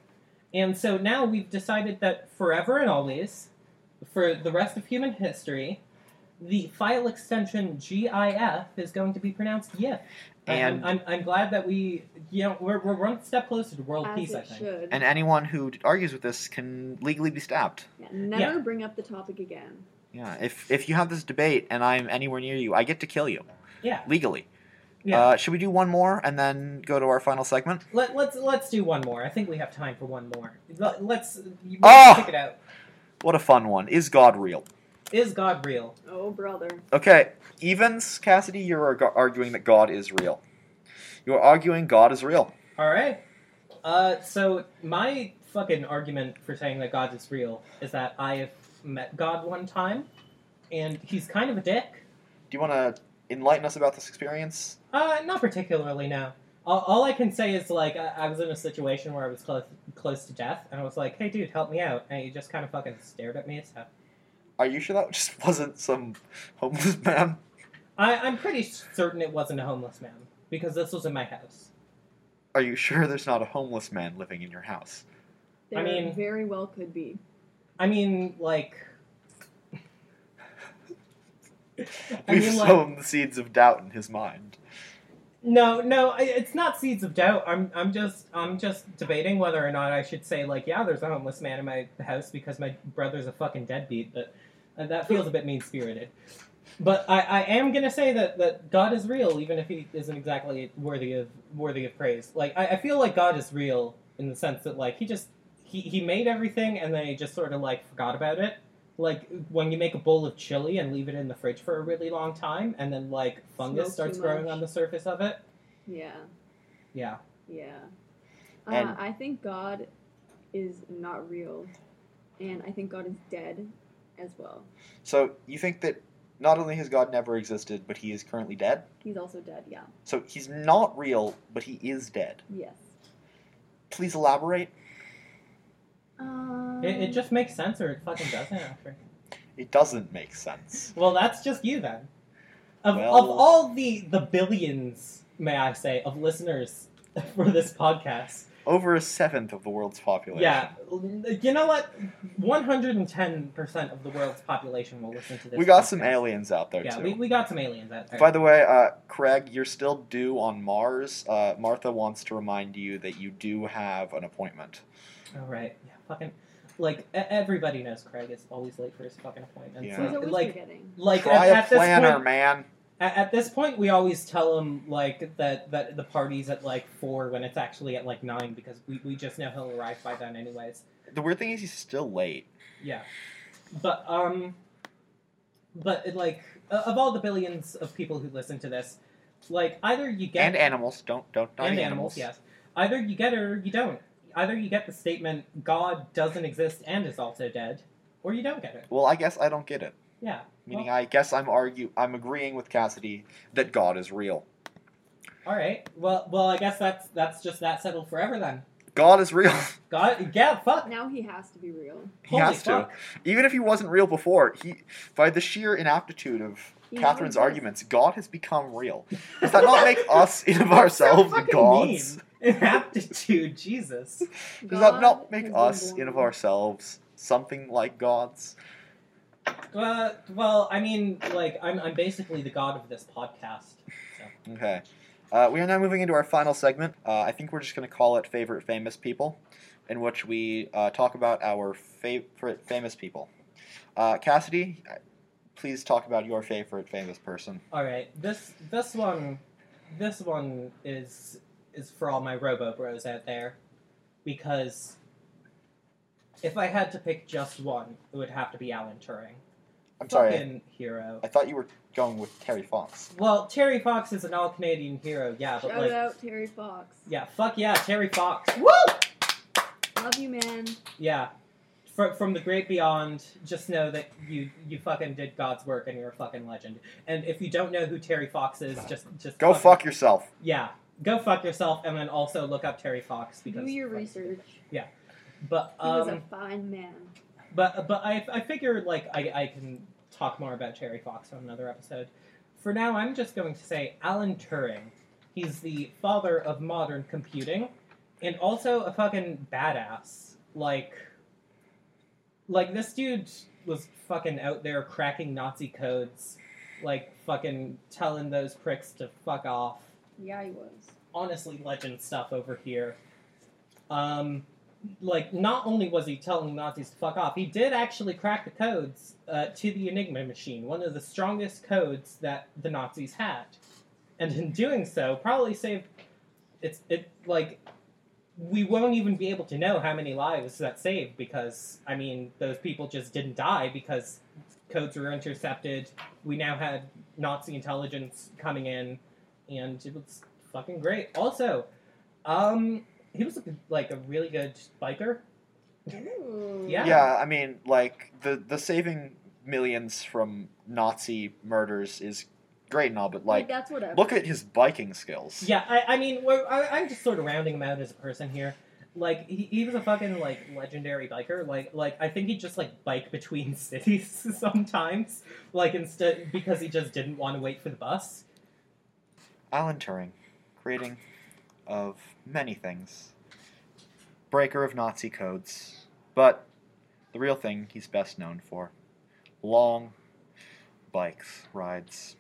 [SPEAKER 2] And so now we've decided that forever and always, for the rest of human history, the file extension GIF is going to be pronounced YIF.
[SPEAKER 1] And-
[SPEAKER 2] I'm, I'm, I'm glad that we, you know, we're, we're one step closer to world
[SPEAKER 3] As
[SPEAKER 2] peace, I
[SPEAKER 3] it
[SPEAKER 2] think.
[SPEAKER 3] should.
[SPEAKER 1] And anyone who argues with this can legally be stabbed.
[SPEAKER 3] Yeah, never bring up the topic again.
[SPEAKER 1] Yeah, if if you have this debate and I'm anywhere near you, I get to kill you
[SPEAKER 2] Yeah.
[SPEAKER 1] legally.
[SPEAKER 2] Yeah.
[SPEAKER 1] Uh, should we do one more and then go to our final segment?
[SPEAKER 2] Let, let's, let's do one more. I think we have time for one more. Let, let's you
[SPEAKER 1] Oh!
[SPEAKER 2] pick it out.
[SPEAKER 1] What a fun one. Is God real?
[SPEAKER 2] Is God real?
[SPEAKER 3] Oh, brother.
[SPEAKER 1] Okay, evens, Cassidy, you're arg- arguing that God is real. You're arguing God is real.
[SPEAKER 2] All right. Uh, so my fucking argument for saying that God is real is that I have met God one time, and he's kind of a dick.
[SPEAKER 1] Do you want to enlighten us about this experience?
[SPEAKER 2] Uh, not particularly. No. All, all I can say is like I, I was in a situation where I was close close to death, and I was like, "Hey, dude, help me out!" And he just kind of fucking stared at me. So
[SPEAKER 1] Are you sure that just wasn't some homeless man?
[SPEAKER 2] I, I'm pretty certain it wasn't a homeless man because this was in my house.
[SPEAKER 1] Are you sure there's not a homeless man living in your house?
[SPEAKER 3] There
[SPEAKER 2] I mean-
[SPEAKER 3] very well could be.
[SPEAKER 2] I mean, like. I
[SPEAKER 1] We've
[SPEAKER 2] mean, like,
[SPEAKER 1] sown the seeds of doubt in his mind.
[SPEAKER 2] no, no, I- it's not seeds of doubt. I'm, I'm just, I'm just debating whether or not I should say like, yeah, there's a homeless man in my house because my brother's a fucking deadbeat. But uh, that feels a bit mean spirited. But I, I am gonna say that, that God is real, even if he isn't exactly worthy of worthy of praise. Like I, I feel like God is real in the sense that like he just he, he made everything and then he just sort of like forgot about it. Like when you make a bowl of chili and leave it in the fridge for a really long time and then like fungus
[SPEAKER 3] Smoke
[SPEAKER 2] starts
[SPEAKER 3] too
[SPEAKER 2] growing
[SPEAKER 3] much.
[SPEAKER 2] on the surface of it.
[SPEAKER 3] Yeah,
[SPEAKER 2] Yeah.
[SPEAKER 3] yeah.
[SPEAKER 1] And-
[SPEAKER 3] Uh, I think God is not real, and I think God is dead as well.
[SPEAKER 1] So you think that not only has God never existed, but he is currently dead?
[SPEAKER 3] He's also dead. Yeah.
[SPEAKER 1] So he's not real, but he is dead.
[SPEAKER 3] Yes.
[SPEAKER 1] Please elaborate.
[SPEAKER 3] Um,
[SPEAKER 2] It, it just makes sense or it fucking doesn't actually.
[SPEAKER 1] It doesn't make sense.
[SPEAKER 2] Well, that's just you then. Of, of
[SPEAKER 1] Well-
[SPEAKER 2] all the the billions, may I say, of listeners for this podcast.
[SPEAKER 1] Over a seventh of the world's population.
[SPEAKER 2] Yeah, you know what? One hundred and ten percent of the world's population will listen to this.
[SPEAKER 1] We got some
[SPEAKER 2] podcast.
[SPEAKER 1] aliens out there,
[SPEAKER 2] Yeah,
[SPEAKER 1] too.
[SPEAKER 2] we, we got some aliens out there.
[SPEAKER 1] By the way, uh, Craig, you're still due on Mars. Uh, Martha wants to remind you that you do have an appointment.
[SPEAKER 2] all right, yeah, fucking like e- everybody knows Craig is always late for his fucking appointments.
[SPEAKER 1] Yeah.
[SPEAKER 3] He's
[SPEAKER 2] Like,
[SPEAKER 3] always
[SPEAKER 2] like,
[SPEAKER 3] forgetting.
[SPEAKER 2] like
[SPEAKER 1] Try
[SPEAKER 2] at,
[SPEAKER 1] a
[SPEAKER 2] at this
[SPEAKER 1] planner,
[SPEAKER 2] point,
[SPEAKER 1] man.
[SPEAKER 2] at, at this point, we always tell him like that that the party's at like four when it's actually at like nine because we, we just know he'll arrive by then anyways.
[SPEAKER 1] The weird thing is he's still late.
[SPEAKER 2] Yeah, but um, but it, like uh, of all the billions of people who listen to this, like either you get
[SPEAKER 1] And animals. Don't don't not
[SPEAKER 2] and
[SPEAKER 1] the
[SPEAKER 2] animals, yes, either you get it or you don't. Either you get the statement God doesn't exist and is also dead, or you don't get it.
[SPEAKER 1] Well, I guess I don't get it.
[SPEAKER 2] Yeah,
[SPEAKER 1] Meaning, I guess I'm argue I'm agreeing with Cassidy that God is real.
[SPEAKER 2] all right. Well, well, I guess that's that's just that settled forever then.
[SPEAKER 1] God is real.
[SPEAKER 2] God, yeah, fuck.
[SPEAKER 3] Now he has to be real.
[SPEAKER 1] he
[SPEAKER 2] Holy
[SPEAKER 1] has
[SPEAKER 2] fuck.
[SPEAKER 1] to, even if he wasn't real before. He, by the sheer inaptitude of
[SPEAKER 3] He now
[SPEAKER 1] Catherine's
[SPEAKER 3] exists.
[SPEAKER 1] arguments, God has become real. Does that not make us in of ourselves
[SPEAKER 2] so fucking
[SPEAKER 1] gods?
[SPEAKER 2] Mean. Inaptitude, Jesus.
[SPEAKER 1] Does that not
[SPEAKER 3] God
[SPEAKER 1] make
[SPEAKER 3] has been
[SPEAKER 1] us in
[SPEAKER 3] born.
[SPEAKER 1] of ourselves something like gods?
[SPEAKER 2] Well, well, I mean, like, I'm I'm basically the god of this podcast. So.
[SPEAKER 1] Okay. Uh, we are now moving into our final segment. Uh, I think we're just going to call it Favorite Famous People, in which we uh, talk about our favorite famous people. Uh, Cassidy, uh, please talk about your favorite famous person.
[SPEAKER 2] All right, this this one, this one is is for all my Robo Bros out there, because if I had to pick just one, it would have to be Alan Turing.
[SPEAKER 1] I'm sorry,
[SPEAKER 2] Fucking hero.
[SPEAKER 1] I thought you were going with Terry Fox.
[SPEAKER 2] Well, Terry Fox is an all Canadian hero, yeah, but
[SPEAKER 3] Shout
[SPEAKER 2] like,
[SPEAKER 3] out Terry Fox.
[SPEAKER 2] yeah, fuck yeah, Terry Fox.
[SPEAKER 3] Love you, man.
[SPEAKER 2] Yeah. From, from the great beyond, just know that you you fucking did God's work and you're a fucking legend. And if you don't know who Terry Fox is, just just
[SPEAKER 1] Go
[SPEAKER 2] fucking-
[SPEAKER 1] fuck yourself.
[SPEAKER 2] Yeah, go fuck yourself, and then also look up Terry Fox because
[SPEAKER 3] Do your
[SPEAKER 2] fuck-
[SPEAKER 3] research.
[SPEAKER 2] But
[SPEAKER 3] He was a
[SPEAKER 2] um,
[SPEAKER 3] fine man.
[SPEAKER 2] but but I I figured like I I can talk more about Terry Fox on another episode. For now, I'm just going to say Alan Turing. He's the father of modern computing, and also a fucking badass. Like, like this dude was fucking out there cracking Nazi codes, like fucking telling those pricks to fuck off.
[SPEAKER 3] Yeah, he was.
[SPEAKER 2] honestly legend stuff over here. Um, like, not only was he telling Nazis to fuck off, he did actually crack the codes uh, to the Enigma machine, one of the strongest codes that the Nazis had. And in doing so, probably saved. It's it like we won't even be able to know how many lives that saved because I mean those people just didn't die because codes were intercepted. We now had Nazi intelligence coming in and it was fucking great. Also, um, he was like a really good biker.
[SPEAKER 3] Ooh.
[SPEAKER 2] Yeah.
[SPEAKER 1] Yeah, I mean, like the the saving millions from Nazi murders is great and all, but like,
[SPEAKER 4] that's whatever.
[SPEAKER 1] look at his biking skills.
[SPEAKER 2] Yeah, I, I mean, we're, I, I'm just sort of rounding him out as a person here. Like he, he was a fucking like legendary biker. Like like I think he just like bike between cities sometimes. Like instead because he just didn't want to wait for the bus.
[SPEAKER 1] Alan Turing, creating of many things, breaker of Nazi codes, but the real thing he's best known for: long bikes rides.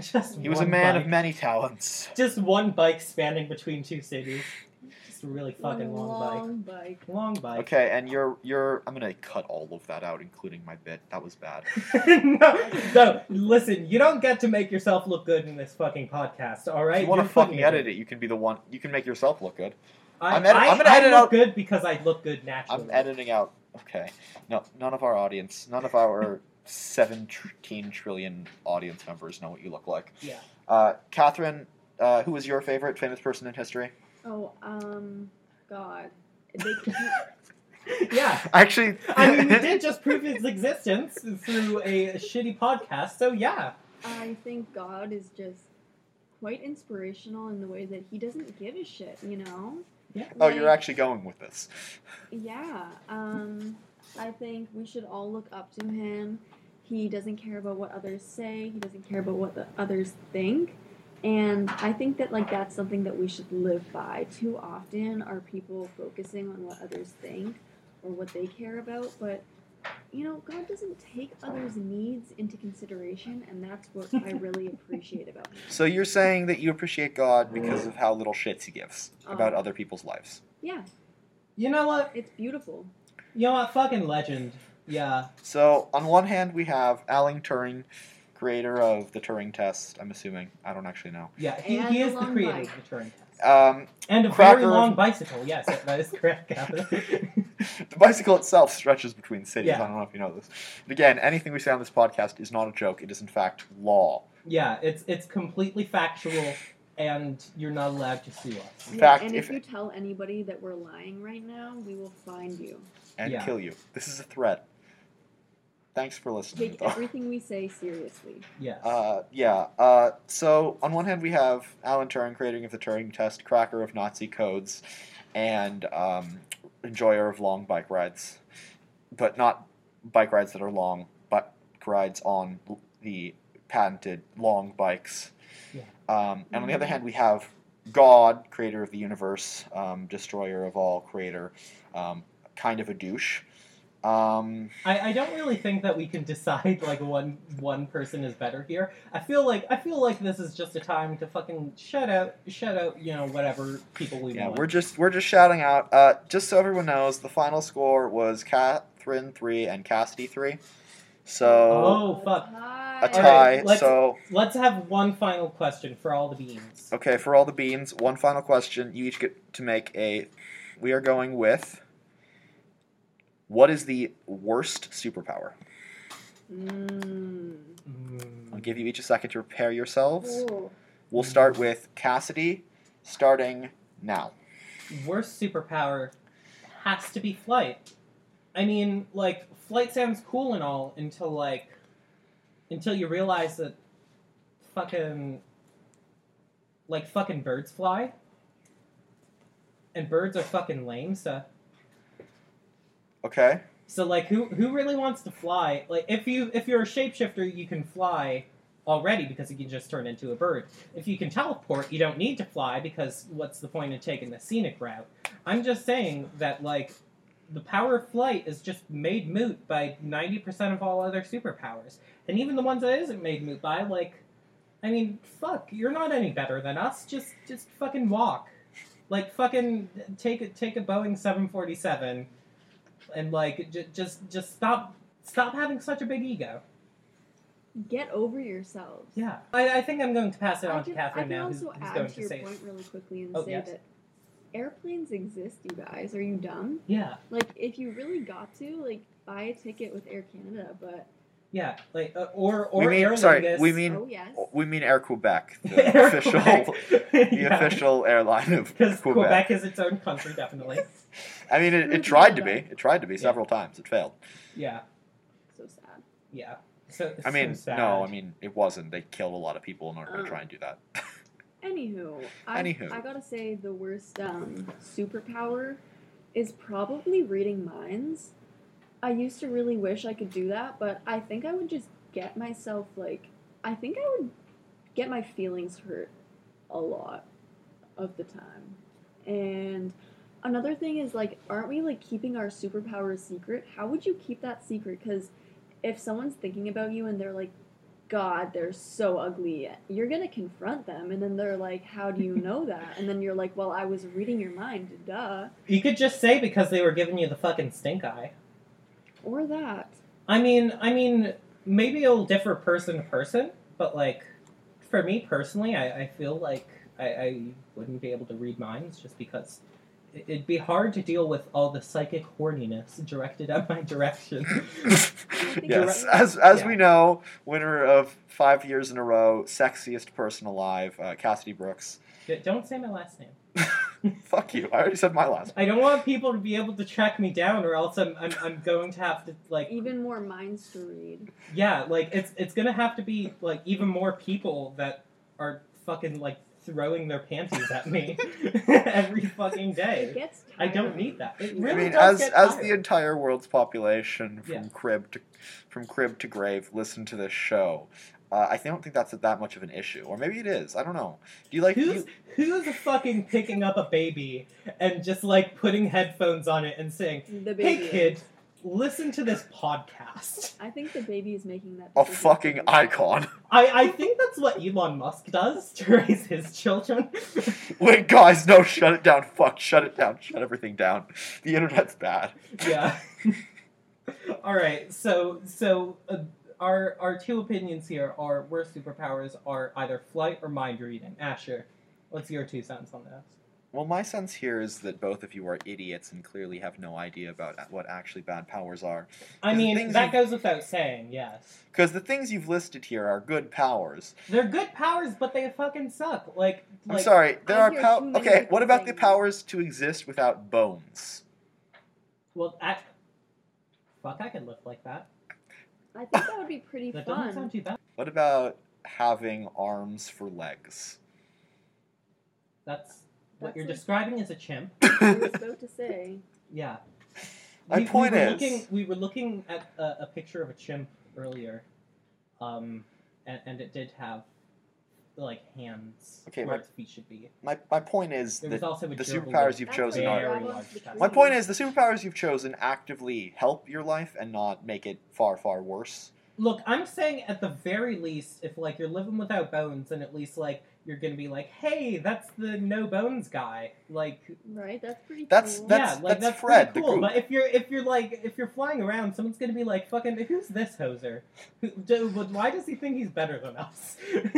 [SPEAKER 2] Just
[SPEAKER 1] He was a
[SPEAKER 2] one
[SPEAKER 1] man
[SPEAKER 2] bike.
[SPEAKER 1] of many talents.
[SPEAKER 2] Just one bike spanning between two cities. Just a really fucking long,
[SPEAKER 4] long bike.
[SPEAKER 2] bike. Long bike.
[SPEAKER 1] Okay, and you're you're I'm gonna cut all of that out, including my bit. That was bad.
[SPEAKER 2] no, no, listen, you don't get to make yourself look good in this fucking podcast, all right?
[SPEAKER 1] if you want to
[SPEAKER 2] You're
[SPEAKER 1] fucking edit it, you can be the one. You can make yourself look good.
[SPEAKER 2] I,
[SPEAKER 1] I'm edit-
[SPEAKER 2] I-
[SPEAKER 1] I'm gonna
[SPEAKER 2] I
[SPEAKER 1] edit
[SPEAKER 2] look
[SPEAKER 1] out-
[SPEAKER 2] good because I look good naturally.
[SPEAKER 1] I'm editing out. Okay. No, none of our audience, none of our 17 trillion audience members know what you look like.
[SPEAKER 2] Yeah.
[SPEAKER 1] Uh, Catherine, uh, who was your favorite famous person in history?
[SPEAKER 3] Oh, um, God. They,
[SPEAKER 2] Yeah.
[SPEAKER 1] Actually,
[SPEAKER 2] I mean, we did just prove his existence through a shitty podcast, so yeah.
[SPEAKER 3] I think God is just quite inspirational in the way that he doesn't give a shit, you know?
[SPEAKER 2] Yeah.
[SPEAKER 1] oh, you're
[SPEAKER 3] Like,
[SPEAKER 1] actually going with this.
[SPEAKER 3] Yeah. Um, I think we should all look up to him. He doesn't care about what others say. He doesn't care about what the others think. And I think that like that's something that we should live by. Too often are people focusing on what others think or what they care about, but you know, God doesn't take others' needs into consideration, and that's what I really appreciate about him.
[SPEAKER 1] So you're saying that you appreciate God because of how little shits he gives about
[SPEAKER 2] Oh.
[SPEAKER 3] Um.
[SPEAKER 1] other people's lives.
[SPEAKER 3] Yeah,
[SPEAKER 2] You know what?
[SPEAKER 3] it's beautiful.
[SPEAKER 2] You know what? Fucking legend. Yeah.
[SPEAKER 1] So on one hand, we have Alan Turing, creator of the Turing test. I'm assuming. I don't actually know.
[SPEAKER 2] Yeah. He,
[SPEAKER 3] And
[SPEAKER 2] he
[SPEAKER 3] the
[SPEAKER 2] is the
[SPEAKER 3] long
[SPEAKER 2] creator
[SPEAKER 3] bike.
[SPEAKER 2] of the Turing test.
[SPEAKER 1] Um,
[SPEAKER 2] And a
[SPEAKER 1] Cracker
[SPEAKER 2] very
[SPEAKER 1] of-
[SPEAKER 2] long bicycle, yes, that- that is correct, Gavin.
[SPEAKER 1] The bicycle itself stretches between cities.
[SPEAKER 2] Yeah.
[SPEAKER 1] I don't know if you know this. But again, anything we say on this podcast is not a joke. It is, in fact, law.
[SPEAKER 2] Yeah, it's it's completely factual, and you're not allowed to sue us.
[SPEAKER 1] In
[SPEAKER 3] Yeah,
[SPEAKER 1] fact,
[SPEAKER 3] and
[SPEAKER 1] if-
[SPEAKER 3] if you tell anybody that we're lying right now, we will find you.
[SPEAKER 1] And
[SPEAKER 2] Yeah.
[SPEAKER 1] kill you. This is a threat. Thanks for listening.
[SPEAKER 3] Take
[SPEAKER 1] though.
[SPEAKER 3] everything we say seriously.
[SPEAKER 2] Yes.
[SPEAKER 1] Uh, yeah. Uh, so, on one hand, we have Alan Turing, creator of the Turing test, cracker of Nazi codes, and um, enjoyer of long bike rides. But not bike rides that are long, but rides on l- the patented long bikes.
[SPEAKER 2] Yeah. Mm-hmm.
[SPEAKER 1] Um, and on the other hand, we have God, creator of the universe, um, destroyer of all, creator, um, kind of a douche. Um,
[SPEAKER 2] I, I don't really think that we can decide like one one person is better here. I feel like I feel like this is just a time to fucking shout out shout out you know whatever people we
[SPEAKER 1] Yeah,
[SPEAKER 2] want.
[SPEAKER 1] we're just we're just shouting out. Uh, just so everyone knows, the final score was Catherine three and Cassidy three, so
[SPEAKER 2] Oh, fuck.
[SPEAKER 1] a
[SPEAKER 2] All
[SPEAKER 1] tie.
[SPEAKER 2] right, let's-
[SPEAKER 1] so
[SPEAKER 2] Let's have one final question for all the beans.
[SPEAKER 1] okay, for all the beans, one final question. You each get to make a. We are going with. What is the worst superpower?
[SPEAKER 3] Mm.
[SPEAKER 1] I'll
[SPEAKER 2] Mm.
[SPEAKER 1] give you each a second to prepare yourselves.
[SPEAKER 3] Ooh.
[SPEAKER 1] We'll start with Cassidy, starting now.
[SPEAKER 2] Worst superpower has to be flight. I mean, like flight sounds cool and all until like until you realize that fucking like fucking birds fly. And birds are fucking lame, so
[SPEAKER 1] Okay.
[SPEAKER 2] so like who who really wants to fly? Like if you if you're a shapeshifter, you can fly already because you can just turn into a bird. If you can teleport, you don't need to fly because what's the point of taking the scenic route? I'm just saying that like the power of flight is just made moot by 90% of all other superpowers. And even the ones that isn't made moot by like I mean, fuck, you're not any better than us. Just just fucking walk. Like fucking take a take a Boeing 747 and like j- just just stop stop having such a big ego.
[SPEAKER 3] Get over yourselves.
[SPEAKER 2] Yeah, I, I think I'm going to pass it
[SPEAKER 3] I
[SPEAKER 2] on
[SPEAKER 3] can,
[SPEAKER 2] to Catherine
[SPEAKER 3] I can
[SPEAKER 2] now, who's,
[SPEAKER 3] also
[SPEAKER 2] who's
[SPEAKER 3] add
[SPEAKER 2] going
[SPEAKER 3] to
[SPEAKER 2] to
[SPEAKER 3] your
[SPEAKER 2] say.
[SPEAKER 3] point really quickly and
[SPEAKER 2] Oh,
[SPEAKER 3] say
[SPEAKER 2] yes.
[SPEAKER 3] that airplanes exist, you guys. Are you dumb?
[SPEAKER 2] Yeah,
[SPEAKER 3] Like, if you really got to, like, buy a ticket with Air Canada, but
[SPEAKER 2] yeah, like uh, or
[SPEAKER 1] we
[SPEAKER 2] or Aer
[SPEAKER 1] mean, sorry,
[SPEAKER 2] Lingus.
[SPEAKER 1] we mean
[SPEAKER 3] oh yes.
[SPEAKER 1] we mean Air Quebec, the
[SPEAKER 2] Air
[SPEAKER 1] official
[SPEAKER 2] Quebec.
[SPEAKER 1] the
[SPEAKER 2] Yeah.
[SPEAKER 1] official airline of
[SPEAKER 2] because
[SPEAKER 1] Quebec.
[SPEAKER 2] Quebec is its own country, definitely.
[SPEAKER 1] I mean, it, it tried to be. It tried to be several times. It failed.
[SPEAKER 2] Yeah,
[SPEAKER 3] So sad.
[SPEAKER 2] yeah. So
[SPEAKER 1] I mean,
[SPEAKER 2] so sad.
[SPEAKER 1] no, I mean, it wasn't. They killed a lot of people in order to
[SPEAKER 3] Um,
[SPEAKER 1] try and do that.
[SPEAKER 3] Anywho, I,
[SPEAKER 1] Anywho.
[SPEAKER 3] I gotta say the worst um, superpower is probably reading minds. I used to really wish I could do that, but I think I would just get myself like I think I would get my feelings hurt a lot of the time. And another thing is like aren't we like keeping our superpower a secret? How would you keep that secret cuz if someone's thinking about you and they're like god, they're so ugly, you're going to confront them and then they're like how do you know that? And then you're like, well, I was reading your mind, duh,
[SPEAKER 2] you could just say because they were giving you the fucking stink eye.
[SPEAKER 3] or that.
[SPEAKER 2] I mean, I mean, maybe it'll differ person to person, but like, for me personally, I, I feel like I, I wouldn't be able to read minds just because it- it'd be hard to deal with all the psychic horniness directed at my direction.
[SPEAKER 1] yes,
[SPEAKER 2] you're right.
[SPEAKER 1] as as
[SPEAKER 2] Yeah.
[SPEAKER 1] we know, winner of five years in a row, sexiest person alive, uh, Cassidy Brooks.
[SPEAKER 2] D- Don't say my last name.
[SPEAKER 1] Fuck you! I already said my last.
[SPEAKER 2] I don't want people to be able to track me down, or else I'm I'm, I'm going to have to like
[SPEAKER 3] Even more minds to read.
[SPEAKER 2] yeah, like it's it's gonna have to be like even more people that are fucking like throwing their panties at me every fucking day.
[SPEAKER 3] It gets
[SPEAKER 2] I
[SPEAKER 3] tiring.
[SPEAKER 2] don't need that. It
[SPEAKER 1] I
[SPEAKER 2] really
[SPEAKER 1] mean,
[SPEAKER 2] does
[SPEAKER 1] as
[SPEAKER 2] get
[SPEAKER 1] as
[SPEAKER 2] tired.
[SPEAKER 1] the entire world's population from
[SPEAKER 2] Yeah.
[SPEAKER 1] crib to from crib to grave listen to this show, uh, I don't think that's that much of an issue, or maybe it is. I don't know. Do you like? do
[SPEAKER 2] who's
[SPEAKER 1] you-
[SPEAKER 2] who's fucking picking up a baby and just like putting headphones on it and saying,
[SPEAKER 3] The
[SPEAKER 2] "Hey
[SPEAKER 3] baby.
[SPEAKER 2] kid, listen to this podcast."
[SPEAKER 3] I think the baby is making that.
[SPEAKER 1] a
[SPEAKER 3] decision.
[SPEAKER 1] fucking icon.
[SPEAKER 2] I I think that's what Elon Musk does to raise his children.
[SPEAKER 1] Wait, guys, no, shut it down. Fuck, shut it down. Shut everything down. The internet's bad.
[SPEAKER 2] yeah. All right. So so uh, our our two opinions here are worst superpowers are either flight or mind reading. Asher, what's your two cents on this?
[SPEAKER 1] Well, my sense here is that both of you are idiots and clearly have no idea about what actually bad powers are.
[SPEAKER 2] I
[SPEAKER 1] The
[SPEAKER 2] mean,
[SPEAKER 1] things you-
[SPEAKER 2] that goes without saying. Yes.
[SPEAKER 1] Because the things you've listed here are good powers.
[SPEAKER 2] They're good powers, but they fucking suck. Like, like
[SPEAKER 1] I'm sorry, there
[SPEAKER 3] I
[SPEAKER 1] are
[SPEAKER 3] hear too
[SPEAKER 1] powers.
[SPEAKER 3] many
[SPEAKER 1] Okay, what
[SPEAKER 3] people
[SPEAKER 1] about
[SPEAKER 3] saying
[SPEAKER 1] the
[SPEAKER 3] that.
[SPEAKER 1] powers to exist without bones?
[SPEAKER 2] Well, I, fuck, I could live like that.
[SPEAKER 3] I think that would be pretty
[SPEAKER 2] That doesn't
[SPEAKER 3] fun.
[SPEAKER 2] sound too bad.
[SPEAKER 1] What about having arms for legs?
[SPEAKER 2] That's what
[SPEAKER 3] That's
[SPEAKER 2] you're
[SPEAKER 3] like-
[SPEAKER 2] describing as a chimp.
[SPEAKER 3] I was about to say.
[SPEAKER 2] Yeah.
[SPEAKER 1] My
[SPEAKER 2] we,
[SPEAKER 1] point
[SPEAKER 2] we were
[SPEAKER 1] is-
[SPEAKER 2] looking, we were looking at a, a picture of a chimp earlier, um, and, and it did have like hands
[SPEAKER 1] Okay,
[SPEAKER 2] where
[SPEAKER 1] my-
[SPEAKER 2] its feet should be.
[SPEAKER 1] my, my point is
[SPEAKER 2] There
[SPEAKER 1] that
[SPEAKER 2] was also a
[SPEAKER 1] the
[SPEAKER 2] gerbil
[SPEAKER 1] superpowers
[SPEAKER 2] with
[SPEAKER 1] you've
[SPEAKER 3] That's
[SPEAKER 1] chosen
[SPEAKER 3] what
[SPEAKER 1] are.
[SPEAKER 2] very
[SPEAKER 3] Dragon's
[SPEAKER 2] large
[SPEAKER 3] Lair
[SPEAKER 2] tusks.
[SPEAKER 1] My point is the superpowers you've chosen actively help your life and not make it far far worse.
[SPEAKER 2] Look, I'm saying at the very least, if like you're living without bones, and at least like you're gonna be like, hey, that's the no bones guy. Like
[SPEAKER 3] Right? That's pretty
[SPEAKER 1] That's-
[SPEAKER 3] cool.
[SPEAKER 1] that's-
[SPEAKER 2] yeah, like that's, pretty
[SPEAKER 1] Fred, the
[SPEAKER 2] cool.
[SPEAKER 1] group.
[SPEAKER 2] But if you're if you're like if you're flying around, someone's gonna be like, "Fucking who's this hoser? Who- do- but Why does he think he's better than us?"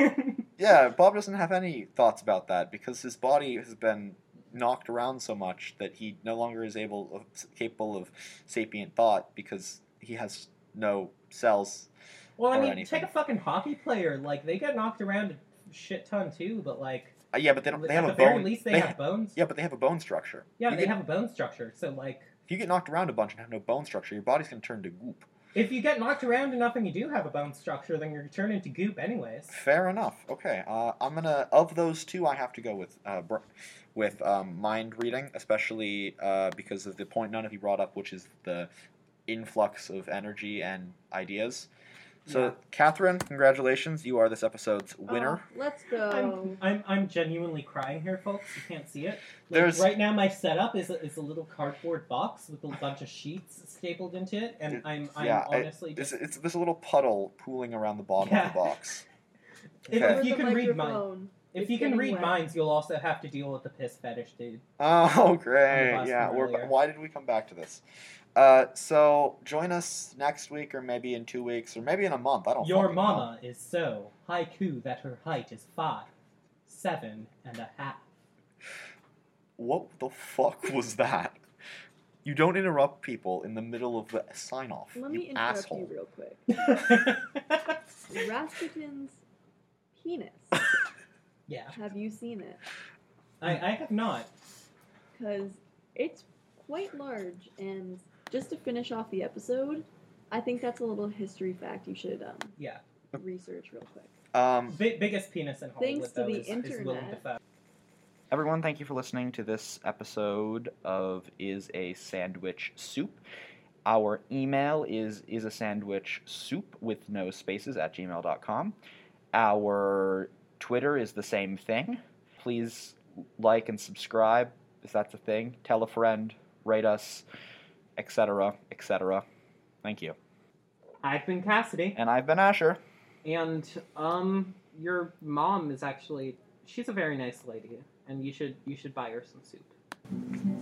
[SPEAKER 1] Yeah, Bob doesn't have any thoughts about that because his body has been knocked around so much that he no longer is able of, capable of sapient thought because he has no cells.
[SPEAKER 2] well, I
[SPEAKER 1] Or
[SPEAKER 2] mean,
[SPEAKER 1] anything.
[SPEAKER 2] take a fucking hockey player. Like they get knocked around a shit ton too, but like
[SPEAKER 1] Uh, yeah, but they don't. They
[SPEAKER 2] at
[SPEAKER 1] have
[SPEAKER 2] the
[SPEAKER 1] a
[SPEAKER 2] very
[SPEAKER 1] bone.
[SPEAKER 2] least they,
[SPEAKER 1] they
[SPEAKER 2] have
[SPEAKER 1] ha-
[SPEAKER 2] bones.
[SPEAKER 1] yeah, but they have a bone structure.
[SPEAKER 2] Yeah,
[SPEAKER 1] You
[SPEAKER 2] they
[SPEAKER 1] get-
[SPEAKER 2] have a bone structure. So like,
[SPEAKER 1] If you get knocked around a bunch and have no bone structure, your body's gonna turn to goop.
[SPEAKER 2] if you get knocked around enough and you do have a bone structure, then you're turning to goop anyways.
[SPEAKER 1] Fair enough. Okay, uh, I'm gonna of those two, I have to go with uh, br- with um, mind reading, especially uh, because of the point none of you brought up, which is the influx of energy and ideas. So,
[SPEAKER 2] Yeah.
[SPEAKER 1] Catherine, congratulations! You are this episode's winner.
[SPEAKER 3] Oh, let's go.
[SPEAKER 2] I'm, I'm I'm genuinely crying here, folks. You can't see it. Like,
[SPEAKER 1] There's-
[SPEAKER 2] right now, my setup is a, is a little cardboard box with a bunch of sheets stapled into it, and I'm I'm
[SPEAKER 1] Yeah, I-
[SPEAKER 2] honestly
[SPEAKER 1] It's,
[SPEAKER 2] just
[SPEAKER 1] it's this little puddle pooling around the bottom
[SPEAKER 2] Yeah.
[SPEAKER 1] of the box.
[SPEAKER 2] If-
[SPEAKER 1] Okay.
[SPEAKER 2] if you
[SPEAKER 3] Over the
[SPEAKER 2] can read mine,
[SPEAKER 3] microphone.
[SPEAKER 2] if
[SPEAKER 3] It's
[SPEAKER 2] you can
[SPEAKER 3] getting
[SPEAKER 2] read
[SPEAKER 3] wet.
[SPEAKER 2] minds, you'll also have to deal with the piss fetish dude.
[SPEAKER 1] Oh, great!
[SPEAKER 2] Unblocked
[SPEAKER 1] Yeah,
[SPEAKER 2] from
[SPEAKER 1] we're,
[SPEAKER 2] earlier.
[SPEAKER 1] why did we come back to this? Uh, so join us next week, or maybe in two weeks, or maybe in a month. I don't.
[SPEAKER 2] Your
[SPEAKER 1] Oh, fucking know.
[SPEAKER 2] mama is so haiku that her height is five, seven and a half.
[SPEAKER 1] What the fuck was that? You don't interrupt people in the middle of the sign off.
[SPEAKER 3] Let me interrupt you
[SPEAKER 1] asshole.
[SPEAKER 3] real quick. Rasputin's penis.
[SPEAKER 2] yeah,
[SPEAKER 3] Have you seen it?
[SPEAKER 2] I, I have not.
[SPEAKER 3] Because it's quite large. And just to finish off the episode, I think that's a little history fact you should um,
[SPEAKER 2] Yeah.
[SPEAKER 3] research real quick.
[SPEAKER 1] Um,
[SPEAKER 2] Bi- biggest penis in Hollywood,
[SPEAKER 3] Thanks to
[SPEAKER 2] though,
[SPEAKER 3] the
[SPEAKER 2] is, is Willem
[SPEAKER 3] internet.
[SPEAKER 2] Dafoe.
[SPEAKER 1] everyone, thank you for listening to this episode of Is a Sandwich Soup. Our email is is a sandwich soup with no spaces at gmail.com. Our Twitter is the same thing. Please like and subscribe if that's a thing. Tell a friend, rate us, etc., etc. Thank you.
[SPEAKER 2] I've been Cassidy,
[SPEAKER 1] And I've been Asher.
[SPEAKER 2] and um, your mom is actually she's a very nice lady, and you should you should buy her some soup.